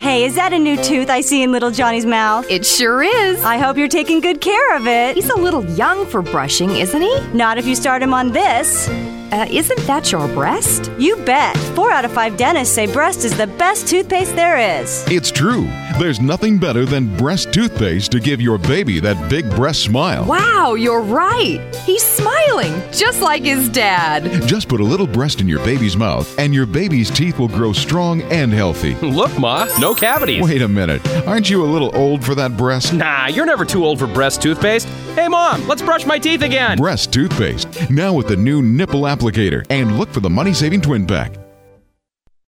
May, is that a new tooth I see in little Johnny's mouth? It sure is. I hope you're taking good care of it. He's a little young for brushing, isn't he? Not if you start him on this. Uh, isn't that your breast? You bet. Four out of five dentists say breast is the best toothpaste there is. It's true. There's nothing better than breast toothpaste to give your baby that big breast smile. Wow, you're right. He's smiling, just like his dad. Just put a little breast in your baby's mouth, and your baby's teeth will grow strong and healthy. Look, Ma, no cavities. Wait a minute. Aren't you a little old for that breast? Nah, you're never too old for breast toothpaste. Hey, Mom, let's brush my teeth again. Breast toothpaste. Now with the new nipple applicator. And look for the money saving twin pack.